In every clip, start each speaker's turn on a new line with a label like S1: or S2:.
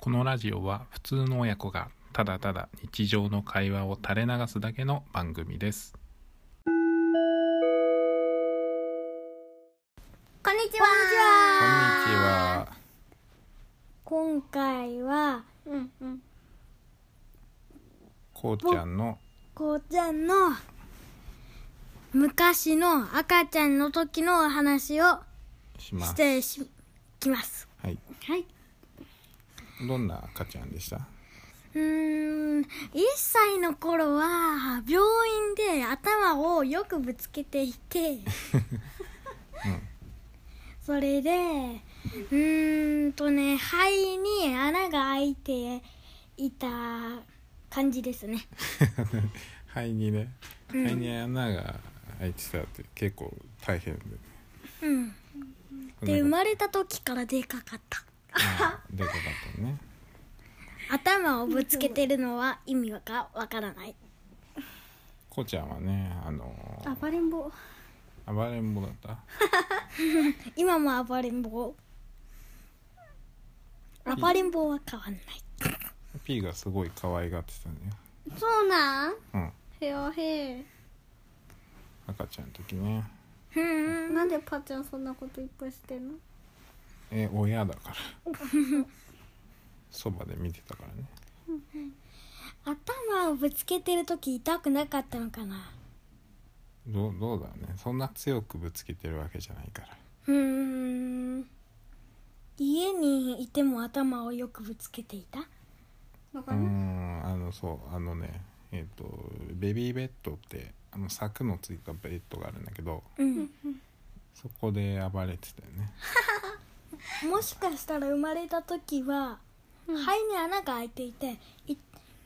S1: このラジオは普通の親子がただただ日常の会話を垂れ流すだけの番組です
S2: こんにちは。
S1: こんにちは
S2: 今回は、うんうん、
S1: こうちゃんの
S2: こうちゃんの昔の赤ちゃんの時のお話を
S1: しま
S2: し
S1: す
S2: てしきます。
S1: はい
S2: はい。
S1: どんな赤ちゃんでした
S2: うーん、1歳の頃は病院で頭をよくぶつけていて、 それでうーんとね肺に穴が開いていた感じですね。
S1: 肺にね肺に穴が開いてたって結構大変で
S2: うん、で生まれた時からでかかった
S1: うんでかかったね
S2: 頭をぶつけてるのは意味がわからない
S1: こうちゃんはねあの
S3: 暴れん坊
S1: 暴れん坊だった
S2: 今も暴れん坊暴れん坊は変わんない
S1: P がすごい可愛がってたんだよ
S3: そうなん
S1: うん
S3: へおへえ
S1: 赤ちゃんの時ね
S2: ふーん
S3: なんでパッちゃんそんなこといっぱいしてんの
S1: え親だからそばで見てたからね
S2: 頭をぶつけてる時痛くなかったのかな
S1: どうどうだろうねそんな強くぶつけてるわけじゃないから
S2: うーん家にいても頭をよくぶつけていた
S3: わ
S1: うーんあのそうあのねえっ、とベビーベッドってあの柵のついたベッドがあるんだけど
S2: うん
S1: そこで暴れてたよね
S2: もしかしたら生まれた時は肺に穴が開いていてい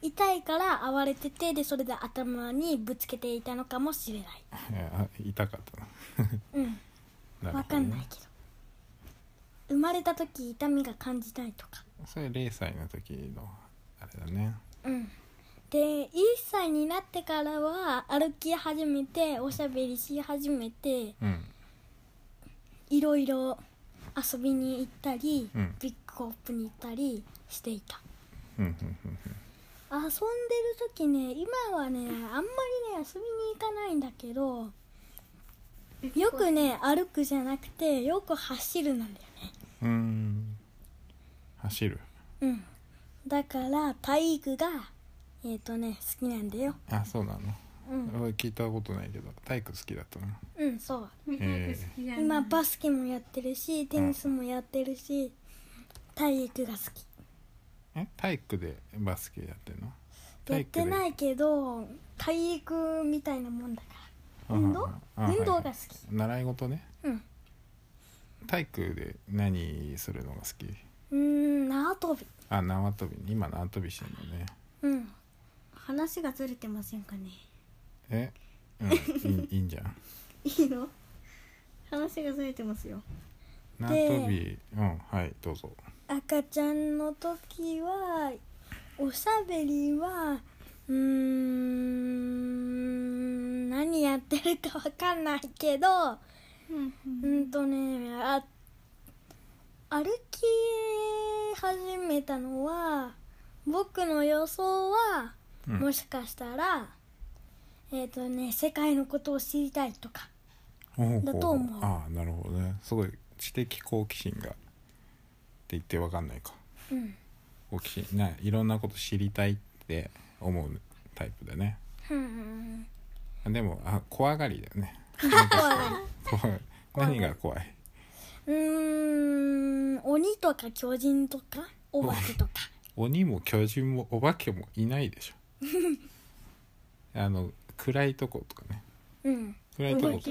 S2: 痛いから暴れててでそれで頭にぶつけていたのかもしれない
S1: えーあ痛かったな
S2: うん
S1: なる
S2: 分
S1: ほ
S2: か
S1: どね
S2: んないけど生まれた時痛みが感じないとか
S1: それ0歳の時のあれだね
S2: うんで1歳になってからは歩き始めておしゃべりし始めて
S1: うん
S2: いろいろ遊びに行ったり、
S1: うん
S2: ビッグコップに行ったりしていた
S1: うんうんうん
S2: 遊んでる時ね今はねあんまりね遊びに行かないんだけどよくね歩くじゃなくてよく走るなんだよね
S1: うんうーん走る
S2: うんだから体育がえっ、とね好きなんだよ
S1: あそうなの
S2: うん、
S1: 俺聞いたことないけど体育好きだったな
S2: うん、そう
S3: みたい好きじゃん
S2: 今バスケもやってるしテニスもやってるし体育が好き
S1: え体育でバスケやってんの
S2: やってないいけど体育みたいなもんだか運動運動が好き
S1: 習い事ね
S2: らうん
S1: 体育で何するのが好き
S2: うーん縄跳び
S1: あ縄跳び今縄跳びしてんのね
S2: うん
S3: 話がずれてませんかね
S1: え、うん、いいいいんじゃん
S3: いいの話がずれてますよ
S1: 縄跳びうんはいどうぞ
S2: 赤ちゃんの時はおしゃべりはうーん何やってるかわかんないけど
S3: うん
S2: うんとねあ歩き始めたのは僕の予想は
S1: うん
S2: もしかしたら、えっ、とね世界のことを知りたいとか
S1: ほ
S2: だ
S1: ほ
S2: と思う
S1: ああなるほどねすごい知的好奇心がって言ってわかんないか
S2: うん
S1: 好奇心ないろんなこと知りたいって思うタイプだね
S2: うん
S1: でもあ怖がりだよねなんか怖い何が怖いう
S2: ーん鬼とか巨人とかお化けとか
S1: 鬼も巨人もお化けもいないでし ょあの暗いとことかね
S2: うん
S1: 暗いとことか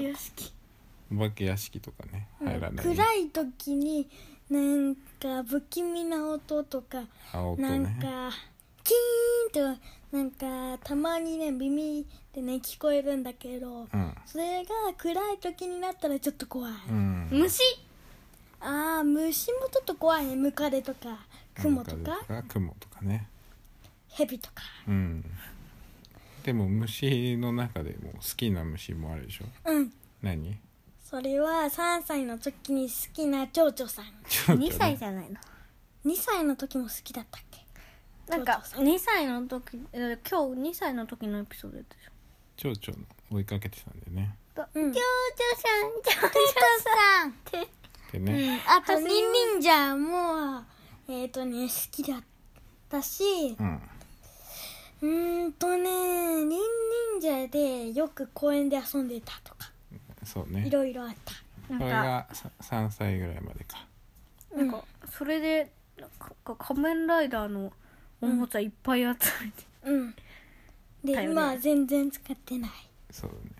S1: お化け屋敷とかね入らない、
S2: 暗い時になんか不気味な音とか
S1: 青と
S2: なん
S1: ね
S2: かキーンとなんかたまにね耳でね聞こえるんだけど
S1: うん、
S2: それが暗い時になったらちょっと怖い、
S1: うん、
S3: 虫
S2: あー虫もちょっと怖いねムカデとかクモとか
S1: 雲とかね
S2: ヘビとか
S1: うんでも虫の中でも好きな虫もあるでしょ
S2: うん
S1: 何
S2: それは3歳の時に好きな蝶々さん
S1: ちょっとね
S3: ゃないの
S2: 2歳の時も好きだったっけ
S3: なんか2歳の時えー今日2歳の時のエピソードやったでしょ
S1: 蝶々の追いかけてたんだよね
S3: と
S2: うん
S3: ちょうちょさんちょう
S2: トさん
S3: ちょって
S1: でね
S2: あとニンニンじゃもうえっ、とね好きだったし
S1: うん
S2: うーんとねニンニンじゃでよく公園で遊んでたとか
S1: そう
S2: い
S1: ね
S2: ろいろあった
S1: これ
S3: なん
S1: が
S3: か
S1: さ3歳ぐらいまでか
S3: なんかそれでなんか仮面ライダーのおもちゃいっぱい集めて、
S2: うんで、
S3: だよね
S2: 今は全然使ってない
S1: そうだね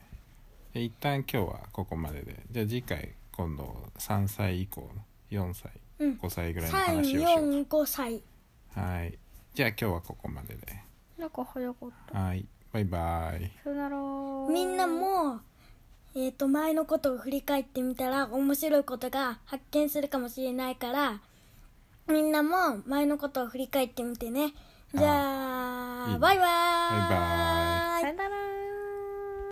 S1: で一旦今日はここまででじゃあ次回今度3歳以降の4歳
S2: うん
S1: 5歳ぐらいの話をしよう
S2: 345歳
S1: かはいじゃあ今日はここまでで
S3: なんか早かった
S1: はいバイバイ
S3: さよなら
S2: みんなもえっ、と前のことを振り返ってみたら面白いことが発見するかもしれないからみんなも前のことを振り返ってみてねじゃあ
S1: あいいね
S2: バイバ
S1: バイバイ